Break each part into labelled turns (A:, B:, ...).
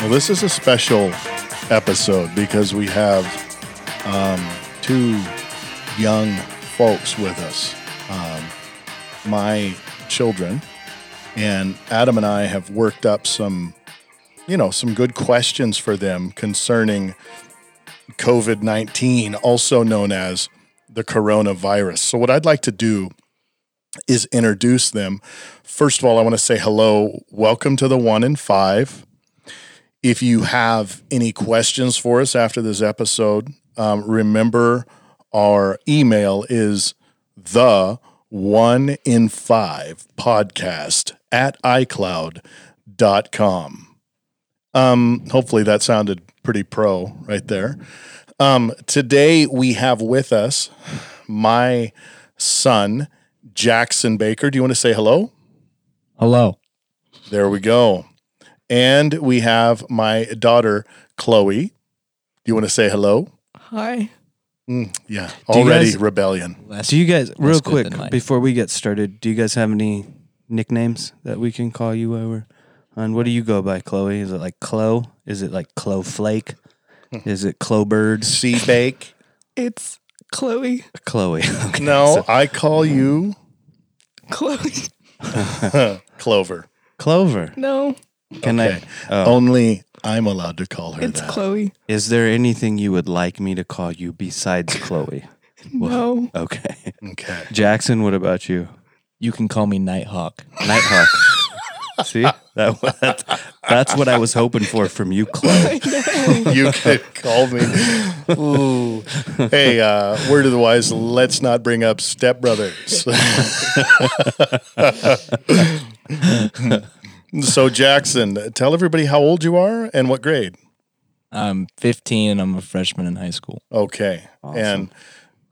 A: Well, this is a special episode because we have um, two young folks with us. Um, my children and Adam and I have worked up some, you know, some good questions for them concerning COVID 19, also known as the coronavirus. So, what I'd like to do is introduce them. First of all, I want to say hello. Welcome to the one in five. If you have any questions for us after this episode, um, remember our email is the one in five podcast at iCloud.com. Um, hopefully that sounded pretty pro right there. Um, today we have with us my son, Jackson Baker. Do you want to say hello?
B: Hello.
A: There we go. And we have my daughter, Chloe. Do you want to say hello?
B: Hi.
A: Mm, yeah,
B: you
A: already
B: guys-
A: rebellion.
C: Less,
B: Do you guys, real
C: good
B: quick,
C: than mine.
B: before we get started, do you guys have any nicknames that we can call you over? And what do you go by, Chloe? Is it like Chloe? Is it like Chloe Flake? Is it Chloe Bird?
A: Sea bake.
D: It's Chloe.
B: Chloe. Okay,
A: No,
B: so-
A: I call you
D: Chloe.
A: Clover.
B: Clover.
D: No,
B: Can
A: okay.
B: I? Oh,
A: Only I'm allowed to call her
D: it's
A: that.
D: Chloe.
B: is there anything you would like me to call you besides Chloe?
D: No.
B: Okay.
A: okay.
B: Jackson, what about you?
C: You can call me Nighthawk.
B: Nighthawk. See? That, that's, that's what I was hoping for from you, Chloe.
A: You could call me. Ooh. Hey, uh, word of the wise, let's not bring up stepbrothers. so, Jackson, tell everybody how old you are and what grade.
C: I'm 15 and I'm a freshman in high school.
A: Okay. And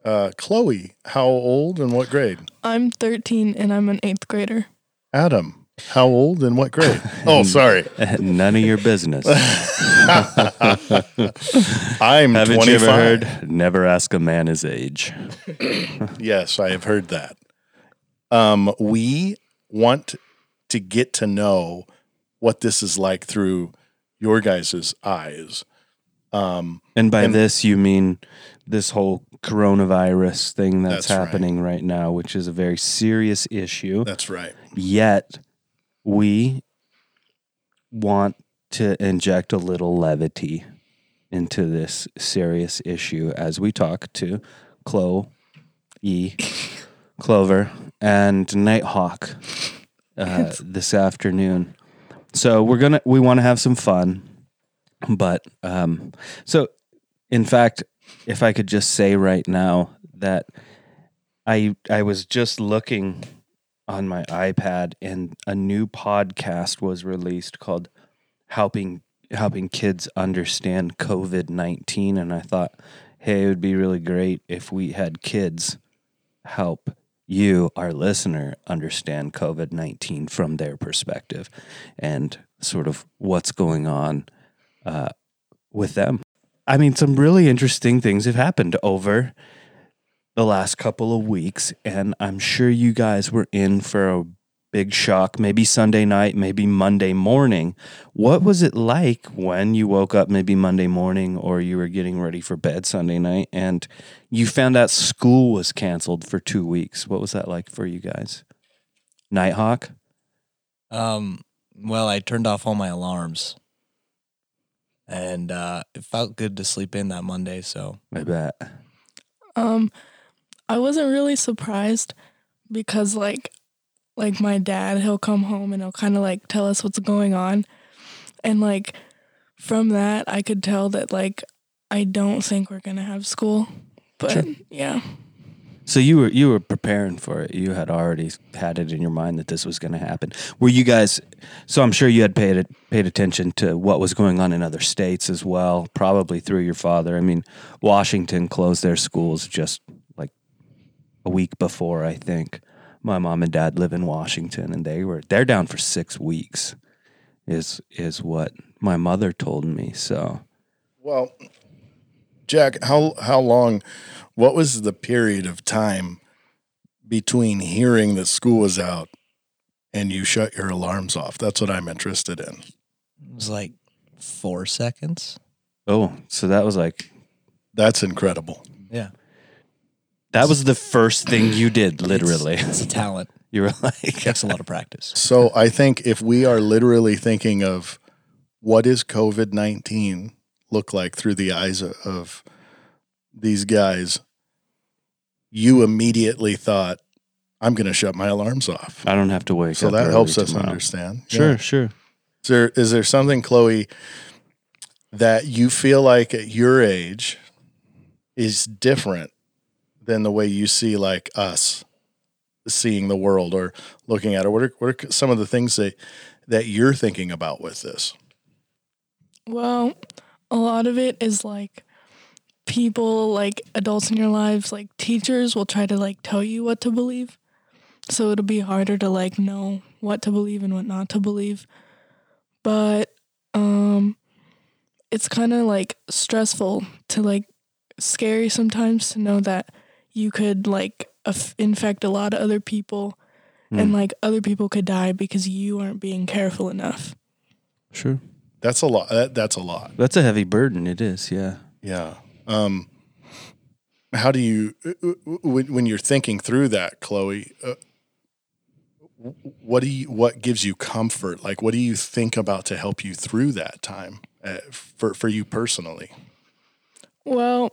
A: uh, Chloe, how old and what grade?
D: I'm 13 and I'm an eighth grader.
A: Adam, how old and what grade? oh, sorry.
B: None of your business.
A: I'm
B: Haven't
A: 25.
B: you ever heard? Never ask a man his age.
A: Yes, I have heard that. Um, we want to get to know what this is like through your guys' eyes. Um,
B: And by
A: And-
B: this, you mean this whole coronavirus thing that's,
A: That's right.
B: happening right. now, which is a very serious issue.
A: that's right.
B: Yet, we want to inject a little levity into this serious issue as we talk to Chloe, E, Clover, and Nighthawk uh,
D: It's-
B: this afternoon. So we're gonna we want to have some fun, but um, so in fact, if I could just say right now that I I was just looking on my iPad and a new podcast was released called helping helping kids understand COVID-19 and I thought hey it would be really great if we had kids help you our listener understand COVID-19 from their perspective and sort of what's going on uh, with them. I mean some really interesting things have happened over the last couple of weeks, and I'm sure you guys were in for a big shock, maybe Sunday night, maybe Monday morning. What was it like when you woke up, maybe Monday morning, or you were getting ready for bed Sunday night, and you found out school was canceled for two weeks? What was that like for you guys? Nighthawk?
C: Um, well, I turned off all my alarms. And uh, it felt good to sleep in that Monday. So
B: I bet.
D: Um, I wasn't really surprised because like, like my dad, he'll come home and he'll kind of like tell us what's going on, and like from that I could tell that like I don't think we're gonna have school, but yeah,
B: So you were you were preparing for it. You had already had it in your mind that this was going to happen. Were you guys? So I'm sure you had paid paid attention to what was going on in other states as well, probably through your father. I mean, Washington closed their schools just like a week before, I think. My mom and dad live in Washington, and they were they're down for six weeks. Is is what my mother told me. So
A: Well, Jack, how how long? What was the period of time between hearing that school was out and you shut your alarms off? That's what I'm interested in.
C: it was like four seconds.
B: Oh, so that was like
A: That's incredible.
C: Yeah,
B: that was the first thing you did, literally.
C: it's a talent.
B: You were like,
C: Takes a lot of practice.
A: So I think if we are literally thinking of what is COVID nineteen look like through the eyes o- of these guys, you immediately thought, "I'm going to shut my alarms off."
B: I don't have to wake
A: So
B: up.
A: that
B: early
A: helps us
B: tomorrow.
A: understand.
B: Sure,
A: Yeah.
B: sure.
A: Is there is there something, Chloe, that you feel like at your age is different than the way you see like us seeing the world or looking at it? What are what are some of the things that that you're thinking about with this?
D: Well, a lot of it is like people, like adults in your lives, like teachers will try to like tell you what to believe. So it'll be harder to like know what to believe and what not to believe. But um it's kind of like stressful to like scary sometimes to know that you could like aff- infect a lot of other people and
B: Mm.
D: like other people could die because you aren't being careful enough.
B: Sure.
A: That's a lot. That, that's a lot.
B: That's a heavy burden. It is, yeah.
A: Yeah. Um, how do you when, when you're thinking through that, Chloe? Uh, what do you what gives you comfort? Like, what do you think about to help you through that time uh, for for you personally?
D: Well,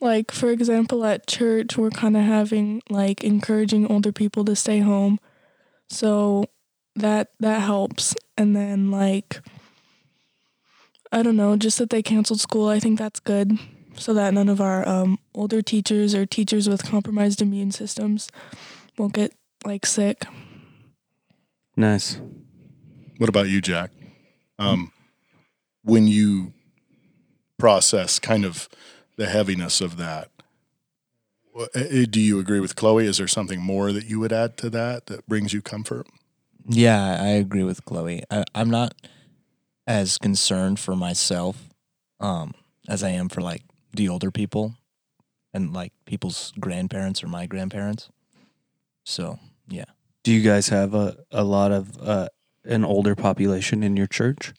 D: like for example, at church, we're kind of having like encouraging older people to stay home, so that that helps. And then like, I don't know, just that they canceled school, I think that's good, so that none of our um, older teachers or teachers with compromised immune systems won't get like sick.
B: Nice.
A: What about you, Jack? Um, when you process kind of the heaviness of that, wha- eh, eh, do you agree with Chloe? Is there something more that you would add to that that brings you comfort?
C: Yeah, I agree with Chloe. I, I'm not as concerned for myself um, as I am for like the older people and like people's grandparents or my grandparents. So
B: Do you guys have a, a lot of uh, an older population in your church?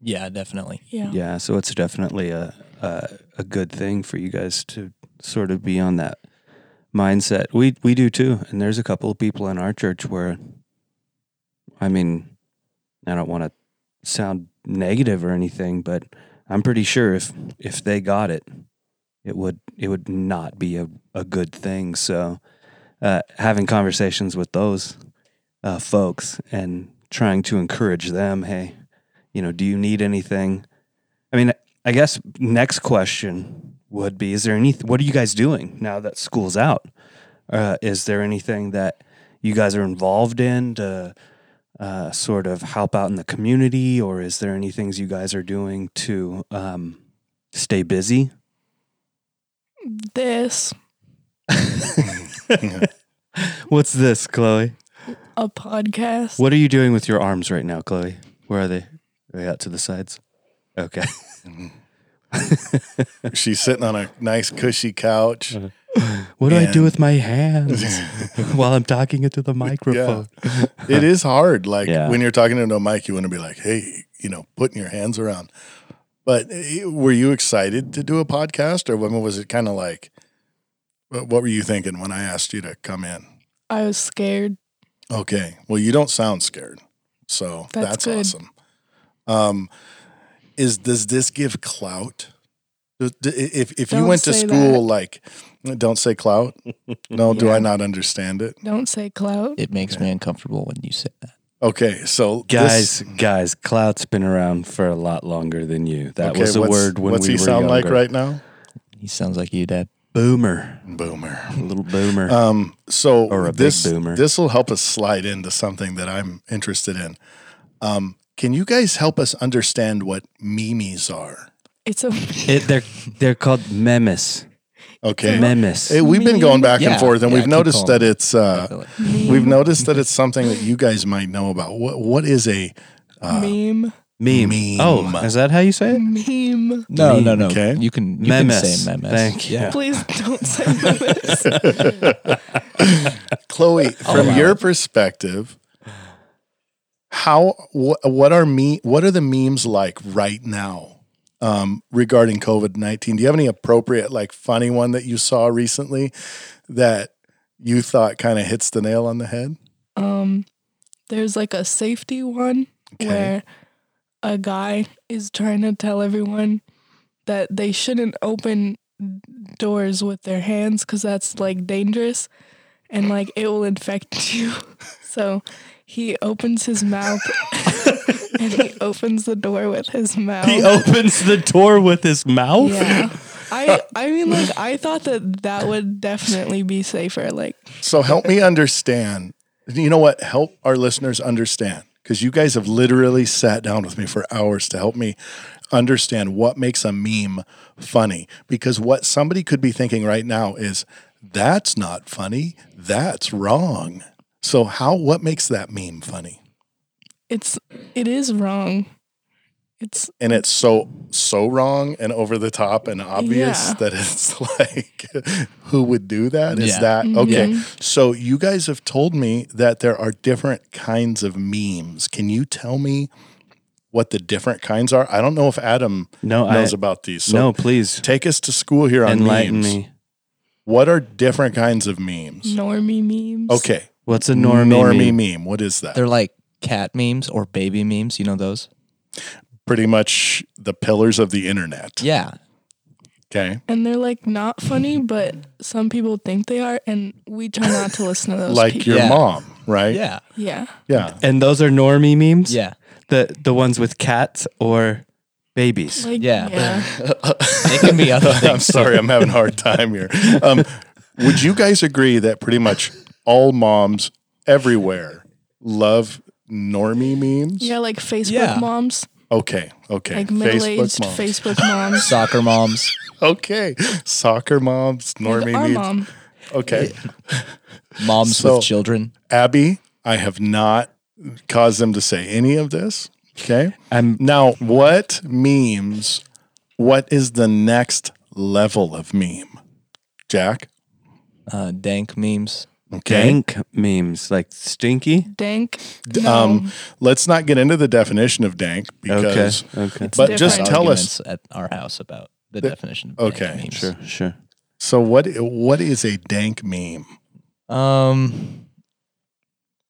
C: yeah, definitely.
D: Yeah.
B: Yeah, so it's definitely a, a a good thing for you guys to sort of be on that mindset. We we do too, and there's a couple of people in our church where, I mean, I don't want to sound negative or anything, but I'm pretty sure if if they got it, it would it would not be a, a good thing. So, uh, having conversations with those uh, folks and trying to encourage them, hey, you know, do you need anything? I mean, I guess next question would be: Is there any? What are you guys doing now that school's out? Uh, is there anything that you guys are involved in to uh, sort of help out in the community, or is there any things you guys are doing to um, stay busy?
D: This
B: What's this, Chloe?
D: a podcast.
B: What are you doing with your arms right now, Chloe? Where are they? Are they out to the sides? Okay.
A: She's sitting on a nice cushy couch.
B: What do I do
A: And-
B: with my hands while I'm talking into the microphone?
A: it is hard. Like
B: Yeah.
A: when you're talking to no mic, you want to be like, hey, you know, putting your hands around. But eh, were you excited to do a podcast or when was it kind of like, wh- what were you thinking when I asked you to come in?
D: I was scared.
A: Okay. Well, you don't sound scared. So that's,
D: That's good.
A: awesome. Um, is does this give clout? Does- d- If if you
D: Don't
A: went to
D: say
A: school
D: that.
A: like, don't say clout. No, do I not understand it?
D: Don't say clout.
C: It makes me uncomfortable when you say that.
A: Okay, so this-
B: Guys, guys, clout's been around for a lot longer than you. That
A: Okay,
B: was a
A: what's-
B: word when
A: what's
B: we
A: he
B: were
A: sound like
B: younger.
A: right now?
C: He sounds like you, Dad.
B: Boomer,
A: Boomer.
B: a little boomer.
A: Um, so
B: Or a big
A: this
B: boomer.
A: this will help us slide into something that I'm interested in. Um, can you guys help us understand what memes are?
D: It's a
B: it, they're they're called memes.
A: Okay,
B: Memes.
A: Hey, we've been
D: Meme?
A: going back
C: Yeah,
A: and forth, and
C: yeah,
A: we've
C: keep
A: noticed
C: going.
A: that it's
C: I
A: uh,
C: feel like-
A: we've noticed that it's something that you guys might know about. What what is a
D: meme.
B: meme.
A: meme.
B: Oh, is that how you say it?
D: Meme.
C: No, no, no.
A: Okay.
C: You can you
B: Memes.
C: can say memes.
B: Thank you.
C: Yeah.
D: Please don't say this.
A: Chloe from
C: allow
A: your perspective? how wh- what are me what are the memes like right now um, regarding COVID nineteen? Do you have any appropriate like funny one that you saw recently that you thought kind of hits the nail on the head?
D: Um, there's like a safety one
A: Okay.
D: where a guy is trying to tell everyone that they shouldn't open doors with their hands because that's like dangerous and like it will infect you. So he opens his mouth and he opens the door with his mouth.
B: He opens the door with his mouth.
D: yeah. I, I mean like I thought that that would definitely be safer like
A: So help me understand. You know what? Help our listeners understand because you guys have literally sat down with me for hours to help me understand what makes a meme funny. Because what somebody could be thinking right now is that's not funny. That's wrong. So how? What makes that meme funny?
D: it's it is wrong. It's
A: And it's so so wrong and over the top and obvious
D: Yeah.
A: that it's like, who would do that? Is
C: Yeah.
A: that
D: Mhm.
A: okay? So you guys have told me that there are different kinds of memes. Can you tell me what the different kinds are? I don't know if Adam
B: No, I
A: knows about these. So
B: no. Please
A: take us to school here on
B: enlighten
A: memes.
B: me.
A: What are different kinds of memes?
D: normie memes.
A: Okay.
B: What's a normie?
A: Normie
B: meme?
A: meme. What is that?
C: They're like cat memes or baby memes. You know those?
A: Pretty much the pillars of the internet.
C: Yeah.
A: Okay.
D: And they're like not funny, but some people think they are, and we try not to listen to those
A: Like
D: people.
A: your
C: Yeah.
A: mom, right?
C: Yeah.
D: yeah.
A: Yeah.
B: And those are normie memes.
C: Yeah.
B: The the ones with cats or babies.
D: Like
C: Yeah.
D: yeah.
C: It can be other
A: I'm
C: things.
A: sorry, I'm having a hard time here. Um, would you guys agree that pretty much all moms everywhere love normie memes?
D: Yeah, like Facebook
C: Yeah.
D: moms.
A: Okay, okay.
D: Like middle aged
A: moms.
D: Facebook moms.
C: Soccer moms.
A: Okay, soccer moms,
D: Like
A: normie
D: our
A: memes.
D: mom.
A: Okay,
C: Moms
A: So-
C: with children.
A: Abby, I have not caused them to say any of this. Okay,
B: I'm
A: now what memes? What is the next level of meme, Jack?
C: Uh, dank memes.
A: Okay.
B: dank memes like stinky.
D: Dank.
A: D-
D: No.
A: Um, let's not get into the definition of dank because,
B: Okay.
D: It's
A: but
D: different.
A: just tell us.
C: Arguments at our house about the,
A: The-
C: definition. Of dank
A: okay,
C: memes.
B: Sure. Sure.
A: So what? What is a dank meme?
C: Um,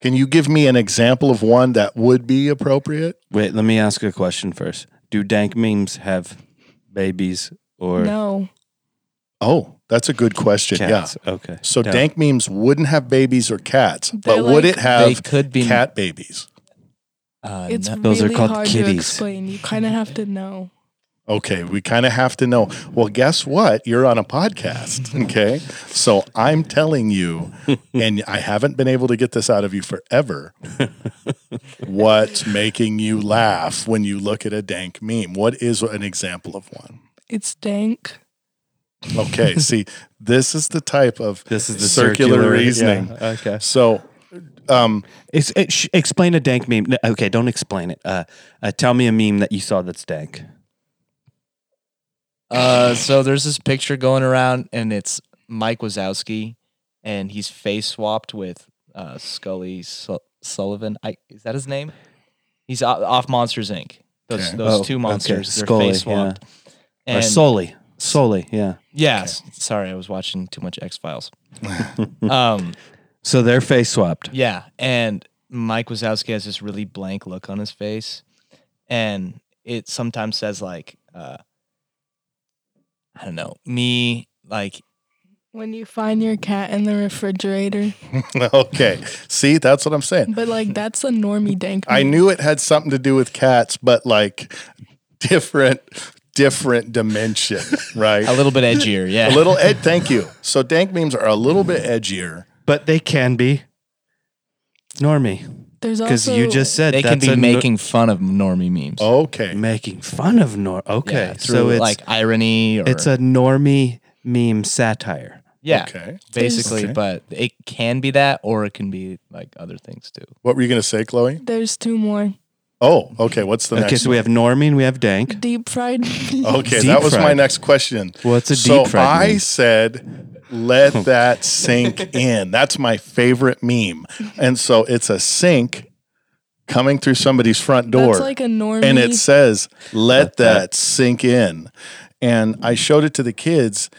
A: Can you give me an example of one that would be appropriate?
B: Wait. Let me ask a question first. Do dank memes have babies or
D: no.
A: Oh, that's a good question. Yeah.
B: cats? Okay.
A: So
B: No.
A: dank memes wouldn't have babies or cats, but
D: They're
A: would
D: like-
A: it
C: they
A: have
C: could be.
A: cat babies?
C: uh,
D: It's
C: no-
B: Those are
D: really
B: called
D: hard to
B: kitties.
D: explain. You kind of have to know.
A: Okay, we kind of have to know. Well, guess what? You're on a podcast, okay? So I'm telling you, and I haven't been able to get this out of you forever. what's making you laugh when you look at a dank meme? What is an example of one?
D: It's dank.
A: Okay, see, this is the type of
B: This is the
A: circular,
B: circular
A: reasoning.
B: yeah, Okay.
A: So, um,
B: Ex- ex- sh- explain a dank meme. No, okay, don't explain it. Uh, uh, tell me a meme that you saw that's dank.
C: Uh, so there's this picture going around, and it's Mike Wazowski, and he's face swapped with uh, Scully Su- Sullivan. I, is that his name? He's o- off Monsters Inc. Those
A: Okay.
C: those
B: Oh,
C: two
B: okay.
C: monsters, they're
B: Scully,
C: face swapped.
B: or
C: And
B: Soli. Soli, yeah.
C: yeah, s- sorry, I was watching too much X Files. um,
B: So they're face swapped.
C: yeah, and Mike Wazowski has this really blank look on his face, and it sometimes says like, uh, I don't know, me like
D: When you find your cat in the refrigerator.
A: okay, see, that's what I'm saying.
D: But like that's a normie dank.
A: I
D: meme.
A: knew it had something to do with cats, but like different, different dimension, right?
C: a little bit edgier. Yeah,
A: A little ed. Thank you. So dank memes are a little bit edgier.
B: But they can be normie.
D: There's
B: Because
D: also
B: you just said
C: they can
B: that's
C: be
B: a nor-
C: making fun of normie memes.
A: Oh, Okay.
B: making fun of norm.
C: Yeah,
B: Okay.
C: through
B: so it's,
C: like irony. Or,
B: it's a normie meme satire.
C: yeah,
A: Okay.
C: basically.
A: Okay.
C: But it can be that, or it can be like other things too.
A: What were you gonna say, Chloe?
D: there's two more.
A: Oh, okay. What's the
B: okay,
A: next?
B: so we have normie and we have dank.
D: Deep fried memes.
A: okay,
B: deep
A: that was my
B: fried.
A: next question.
B: What's a deep
A: so
B: fried
A: I
B: meme?
A: said, let that sink in. That's my favorite meme. And so it's a sink coming through somebody's front door.
D: That's like a normie.
A: and it says let
B: Let
A: that,
B: that-
A: sink in and i showed it to the kids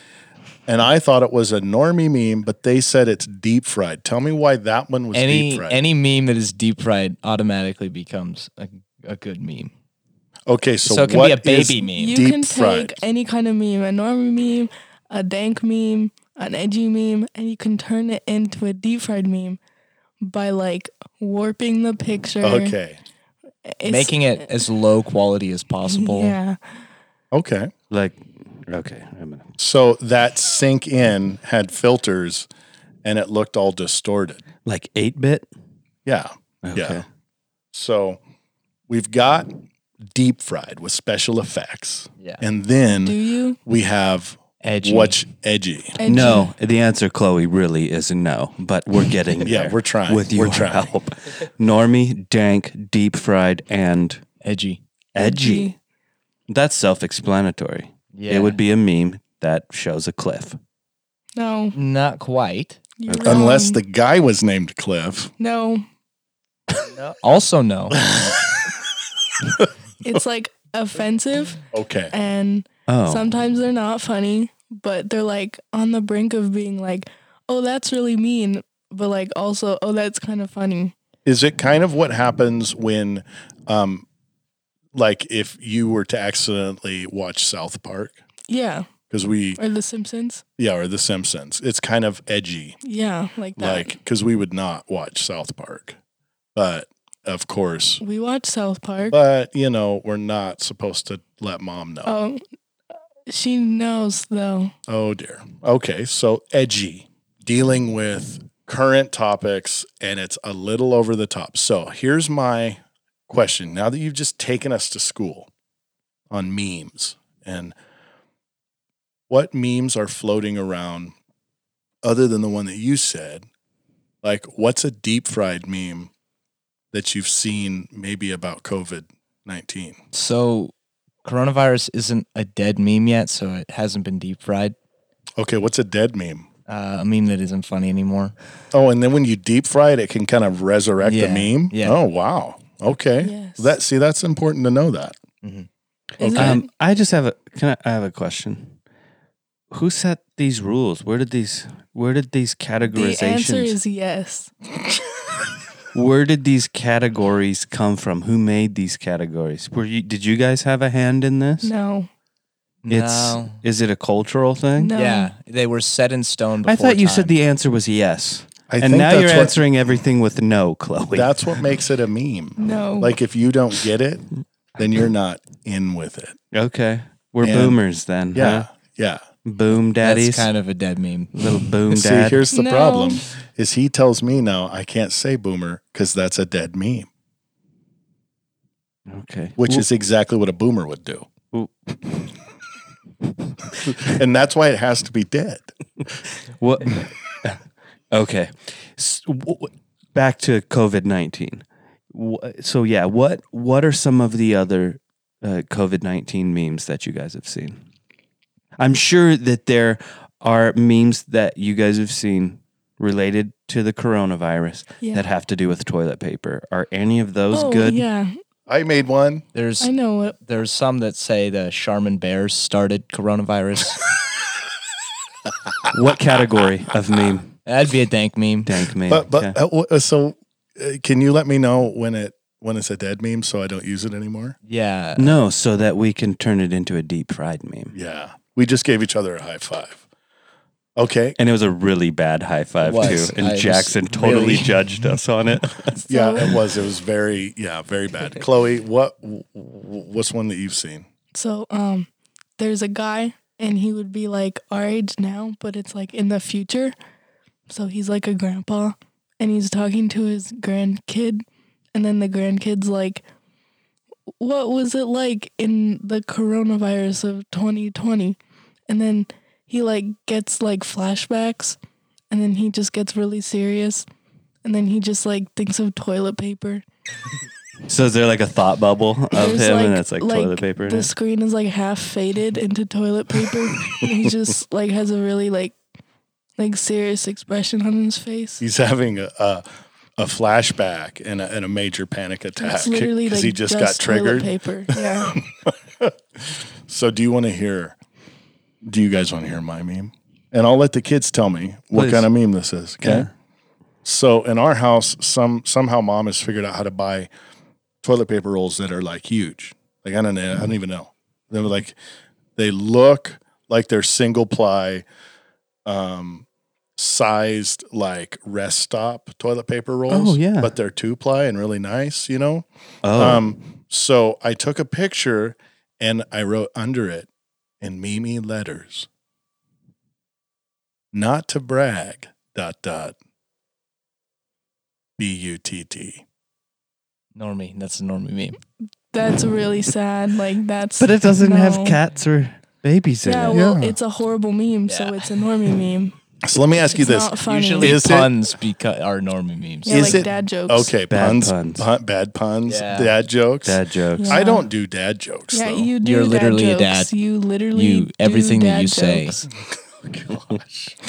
A: and i thought it was a normie meme but they said it's deep fried tell me why that one was deep
C: any
A: fried
C: any meme that is deep fried automatically becomes a, a good meme.
A: okay so,
C: So, it can
A: what
C: be a
A: is-
C: baby meme.
D: you
A: deep
D: can
A: fried.
D: take any kind of meme, a normie meme, a dank meme, an edgy meme, and you can turn it into a deep fried meme by like warping the picture,
A: okay
D: It's-
C: making it as low quality as possible.
D: Yeah,
A: okay
B: Like, okay, I'm gonna,
A: so that sink in had filters and it looked all distorted
B: like eight bit.
A: yeah
B: Okay.
A: yeah so we've got deep fried with special effects
C: Yeah.
A: and then
D: do you?
A: we have
C: Edgy.
A: what's edgy
D: Edgy?
B: No, the answer, Chloe, really is no. But we're getting
A: yeah
B: there
A: we're trying
B: with
A: we're
B: your
A: trying
B: help. Normie, dank, deep fried, and
C: edgy.
B: edgy. That's self-explanatory.
C: Yeah.
B: It would be a meme that shows a cliff.
D: No,
C: not quite.
D: you're
A: Unless
D: wrong.
A: the guy was named Cliff.
D: no,
C: Also no.
D: it's like offensive,
A: Okay.
D: and
B: Oh,
D: sometimes they're not funny, but they're like on the brink of being like, oh, that's really mean, but like also, oh, that's kind of funny.
A: Is it kind of what happens when, um, like, if you were to accidentally watch South Park?
D: Yeah,
A: Because we,
D: or The Simpsons.
A: yeah, or The Simpsons. It's kind of edgy,
D: Yeah, like that.
A: like, because we would not watch South Park. But of course,
D: we watch South Park.
A: but you know, we're not supposed to let mom know. Oh,
D: Oh, she knows though.
A: dear. Okay. So, edgy, dealing with current topics, and it's a little over the top. So, here's my question now that you've just taken us to school on memes and what memes are floating around other than the one that you said like what's a deep fried meme that you've seen maybe about covid-19
C: so coronavirus isn't a dead meme yet, so it hasn't been deep fried.
A: okay what's a dead meme
C: Uh, a meme that isn't funny anymore.
A: oh and then when you deep fry it it can kind of resurrect
C: Yeah,
A: the meme
C: yeah.
A: oh wow okay
D: Yes.
A: that see that's important to know that
D: Is
A: Okay.
D: um,
B: um, I just have a can I, I have a question. Who set these rules? Where did these where did these
D: the answer
B: categorizations
D: is yes.
B: where did these categories come from? Who made these categories? Were you did you guys have a hand in this?
D: No.
B: It's
C: no.
B: is it a cultural thing?
D: No.
C: Yeah, they were set in stone. Before
B: I thought you said
C: time.
B: the answer was yes.
A: I
B: and now
A: that's
B: you're
A: what-
B: answering everything with no, Chloe.
A: that's what makes it a meme
D: No.
A: Like if you don't get it, then you're not in with it.
B: okay. We're
A: And-
B: boomers then.
A: Yeah.
B: huh?
A: Yeah.
B: Boom daddies.
C: That's kind of a dead meme.
B: little boom
A: See,
B: dad.
A: here's the
D: No.
A: problem is he tells me now I can't say boomer because that's a dead meme,
B: okay.
A: which is exactly what a boomer would do.
B: Wh-
A: And that's why it has to be dead.
B: What? okay. S- w- w- back to COVID nineteen. So yeah, what what are some of the other uh, COVID nineteen memes that you guys have seen? I'm sure that there are memes that you guys have seen related to the coronavirus
D: Yeah.
B: that have to do with toilet paper. Are any of those
D: oh,
B: good?
D: Yeah.
A: I made one.
C: There's
D: I know what.
C: there's some that say the Charmin Bears started coronavirus.
B: What category of meme?
C: That'd be a dank meme.
B: Dank meme.
A: But but
B: Okay.
A: uh, w- uh, so uh, can you let me know when it when it's a dead meme so I don't use it anymore?
C: Yeah.
B: no, so that we can turn it into a deep fried meme.
A: Yeah. We just gave each other a high five. Okay.
B: And it was a really bad high five
C: It was.
B: too. And
C: I was
B: Jackson totally
C: really-
B: judged us on it.
A: Yeah,
D: So-
A: it was. It was very, yeah, very bad. Chloe, what w- w- what's one that you've seen?
D: So um, there's a guy, and he would be like our age now, but it's like in the future. So he's like a grandpa, and he's talking to his grandkid, and then the grandkid's like, "What was it like in the coronavirus of 2020?" And then he like gets like flashbacks, and then he just gets really serious, and then he just like thinks of toilet paper.
B: So is there like a thought bubble of
D: There's,
B: him, and
D: like-
B: it's like,
D: like
B: toilet paper. in
D: the
B: it?
D: screen is like half faded into toilet paper. and he just like has a really like like serious expression on his face.
A: He's having a, a, a flashback and a, and a major panic attack
D: It's literally like
A: he just, got
D: toilet
A: triggered.
D: Paper. Yeah.
A: So do you want to hear? Do you guys want to hear my meme? And I'll let the kids tell me what
B: Please.
A: kind of meme this is. Okay.
B: Yeah.
A: So in our house, some somehow mom has figured out how to buy toilet paper rolls that are like huge. Like I don't know, I don't even know. They were like they look like they're single ply, um, sized like rest stop toilet paper rolls.
B: Oh, yeah.
A: but they're two ply and really nice. You know.
B: Oh,
A: Um, so I took a picture and I wrote under it in Mimi letters, not to brag, dot, dot, B U T T.
C: Normie. That's a normie meme.
D: That's really sad. Like that's.
B: but it doesn't
D: no.
B: have cats or babies in
D: Yeah,
B: it.
D: well,
A: Yeah.
D: it's a horrible meme, so
C: Yeah.
D: it's a normie meme.
A: So let me ask you
D: It's
A: this.
D: not funny.
C: Usually
A: Is it-
C: puns beca- are normie memes.
D: yeah,
A: is
D: like
A: it-
D: dad jokes.
A: Okay,
B: Bad
A: puns,
B: puns.
A: pun- bad puns,
C: Yeah.
A: dad jokes.
B: Dad jokes.
A: I
D: Yeah.
A: don't do dad jokes
D: Yeah,
A: though.
D: you do.
C: You're
D: dad
C: literally a
D: jokes.
C: dad.
D: You literally.
C: You
D: do
C: everything that
D: dad
C: you say.
D: jokes.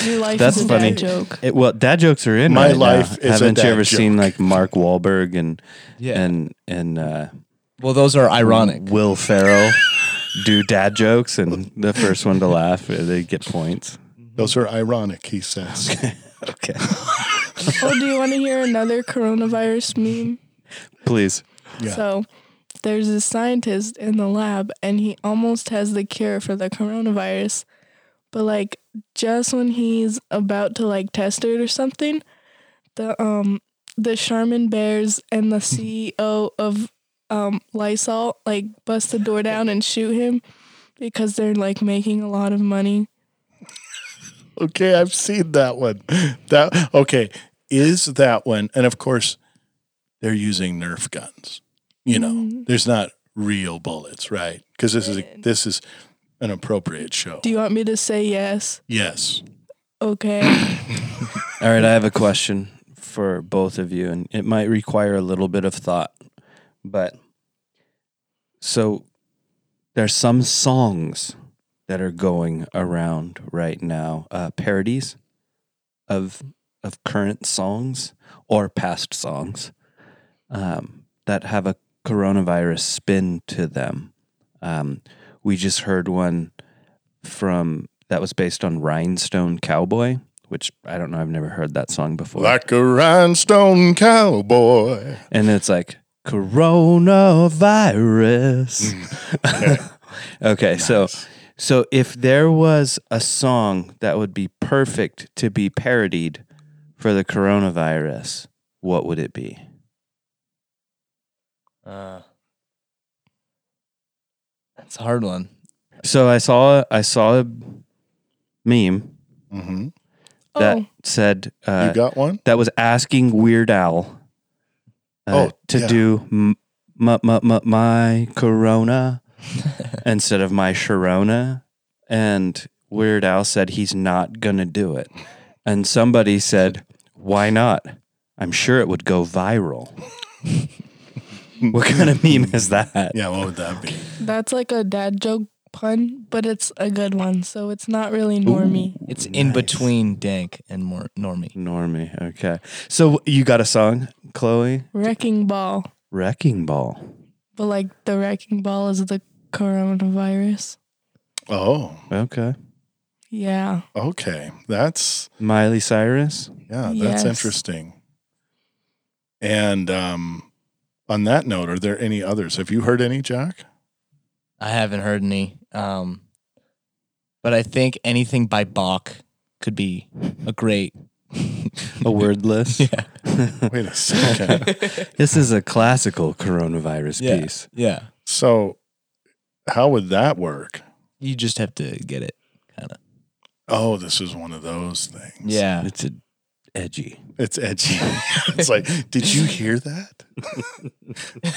D: Your life
B: That's
D: is a
B: funny.
D: dad joke.
B: It- well, dad jokes are in
A: My
B: right now.
A: life is a
B: Haven't
A: dad
B: you ever
A: joke.
B: seen like Mark Wahlberg and
C: Yeah.
B: and and uh,
C: Well, those are ironic.
B: Will Ferrell do dad jokes, and the first one to laugh they get points.
A: Those are ironic, he says.
B: Okay,
D: Oh, do you want to hear another coronavirus meme?
B: please.
A: Yeah.
D: So there's a scientist in the lab and he almost has the cure for the coronavirus. But like just when he's about to like test it or something, the um the Charmin bears and the CEO of um Lysol like bust the door down and shoot him because they're like making a lot of money.
A: Okay, I've seen that one. That okay is that one, and of course, they're using Nerf guns. You know,
D: Mm.
A: there's not real bullets, right? Because this is a, this is an appropriate show.
D: Do you want me to say yes?
A: yes,
D: Okay.
B: All right, I have a question for both of you, and it might require a little bit of thought. But so there's some songs that are going around right now, uh, parodies of of current songs or past songs um, that have a coronavirus spin to them. Um, we just heard one from that was based on Rhinestone Cowboy, which I don't know. I've never heard that song before.
A: like a rhinestone cowboy.
B: and it's like coronavirus. okay, so so if there was a song that would be perfect to be parodied for the coronavirus, what would it be?
C: Uh, that's a hard one.
B: So I saw I saw a meme
A: hmm
B: that
D: oh,
B: said uh,
A: you got one?
B: that was asking Weird Al uh,
A: Oh,
B: to
A: yeah.
B: do m- m- m- m- my Corona instead of my Sharona. And Weird Al said he's not going to do it. And somebody said, Why not? I'm sure it would go viral. what kind of meme is that?
A: Yeah, what would that be?
D: that's like a dad joke pun, but it's a good one, so it's not really normie.
C: It's in
B: Nice.
C: between dank and more normie.
B: Normie. Okay. So you got a song, Chloe?
D: Wrecking ball.
B: Wrecking Ball.
D: But like the wrecking ball is the coronavirus.
A: Oh,
B: Okay.
D: Yeah.
A: okay, that's
B: Miley Cyrus.
A: yeah,
D: Yes.
A: that's interesting. And um, on that note, are there any others? Have you heard any, Jack?
C: I haven't heard any, um, but I think anything by Bach could be a great.
B: A word list.
C: yeah,
A: Wait a second.
B: This is a classical coronavirus
C: Yeah.
B: piece.
C: yeah.
A: So, how would that work?
C: You just have to get it, kind of.
A: Oh, this is one of those things.
C: Yeah,
B: It's a edgy.
A: It's edgy. it's like, did you hear that?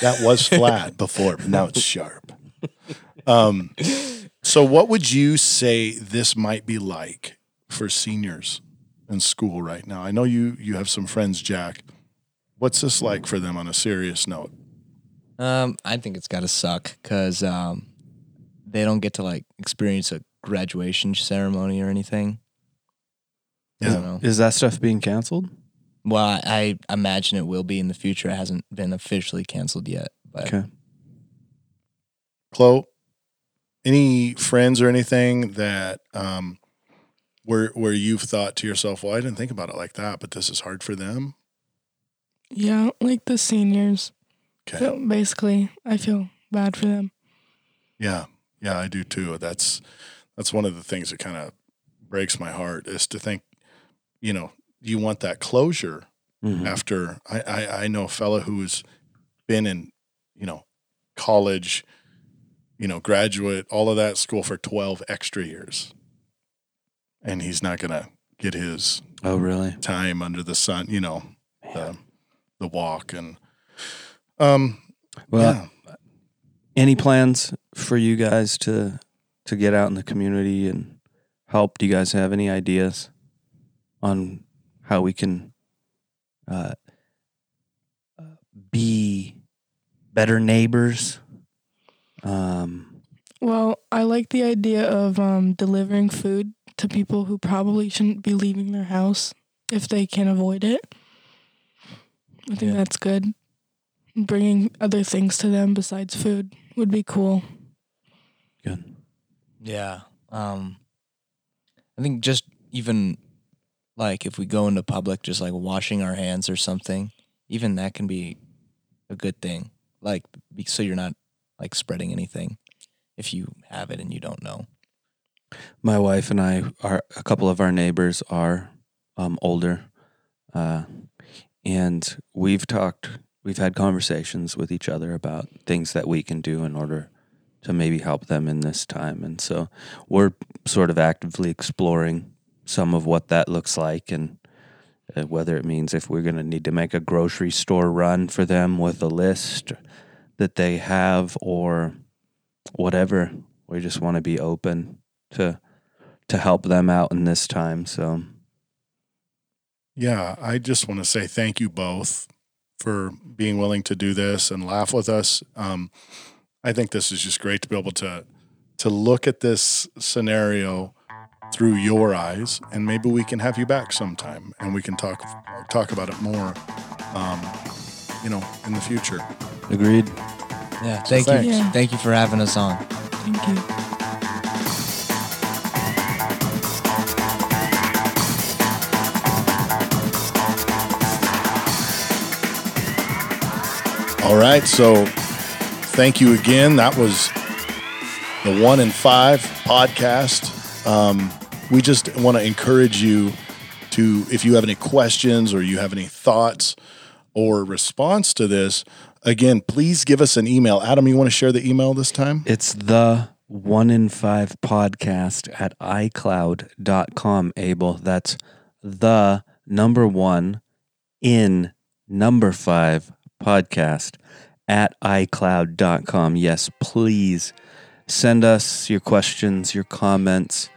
A: that was flat before, but now it's sharp. Um, so, what would you say this might be like for seniors in school right now? I know you you have some friends, Jack. What's this like for them on a serious note?
C: um, I think it's got to suck because um, they don't get to like experience a graduation ceremony or anything. I
A: Yeah.
C: don't know.
B: Is that stuff being canceled?
C: Well, I, I imagine it will be in the future. It hasn't been officially canceled yet, but
B: Okay.
A: Chloe, any friends or anything that um, where where you've thought to yourself, well, I didn't think about it like that, but this is hard for them.
D: Yeah, like the seniors.
A: Okay.
D: So basically, I feel bad for them.
A: Yeah, yeah, I do too. That's that's one of the things that kind of breaks my heart is to think, you know, you want that closure
B: Mhm.
A: after I, I I know a fella who's been in, you know, college, you know, graduate, all of that school for twelve extra years, and he's not gonna get his
B: Oh, really?
A: time under the sun, you know,
B: Man.
A: the the walk and um
B: Well,
A: yeah.
B: any plans for you guys to to get out in the community and help? Do you guys have any ideas on how we can uh, uh, be better neighbors? Um,
D: Well, I like the idea of um, delivering food to people who probably shouldn't be leaving their house if they can avoid it. I think
C: Yeah.
D: that's good. Bringing other things to them besides food would be cool.
B: good.
C: Yeah. Um I think just even like if we go into public just like washing our hands or something, even that can be a good thing. Like be- so you're not like spreading anything if you have it and you don't know.
B: My wife and I are a couple of our neighbors are um, older, uh, and we've talked, we've had conversations with each other about things that we can do in order to maybe help them in this time. And so we're sort of actively exploring some of what that looks like and uh, whether it means if we're going to need to make a grocery store run for them with a list that they have or whatever. We just want to be open to to help them out in this time. So
A: Yeah, I just want to say thank you both for being willing to do this and laugh with us. Um, I think this is just great to be able to to look at this scenario through your eyes, and maybe we can have you back sometime, and we can talk talk about it more, um, you know, in the future.
B: agreed.
C: Yeah. Thank you.
A: thanks.
D: Yeah.
C: Thank you for having us on.
D: Thank you.
A: All right, so thank you again. That was the One in Five podcast. Um, we just want to encourage you to, if you have any questions or you have any thoughts or response to this, again, please give us an email. Adam, you want to share the email this time?
B: It's the one in five podcast at iCloud.com, Abel. That's the number one in number five podcast at iCloud.com. Yes, please send us your questions, your comments,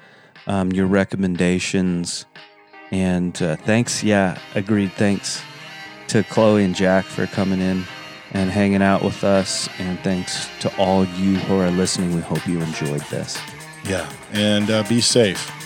B: um, your recommendations. And uh, thanks. Yeah, agreed. Thanks to Chloe and Jack for coming in and hanging out with us. And thanks to all you who are listening. We hope you enjoyed this.
A: Yeah. And uh, be safe.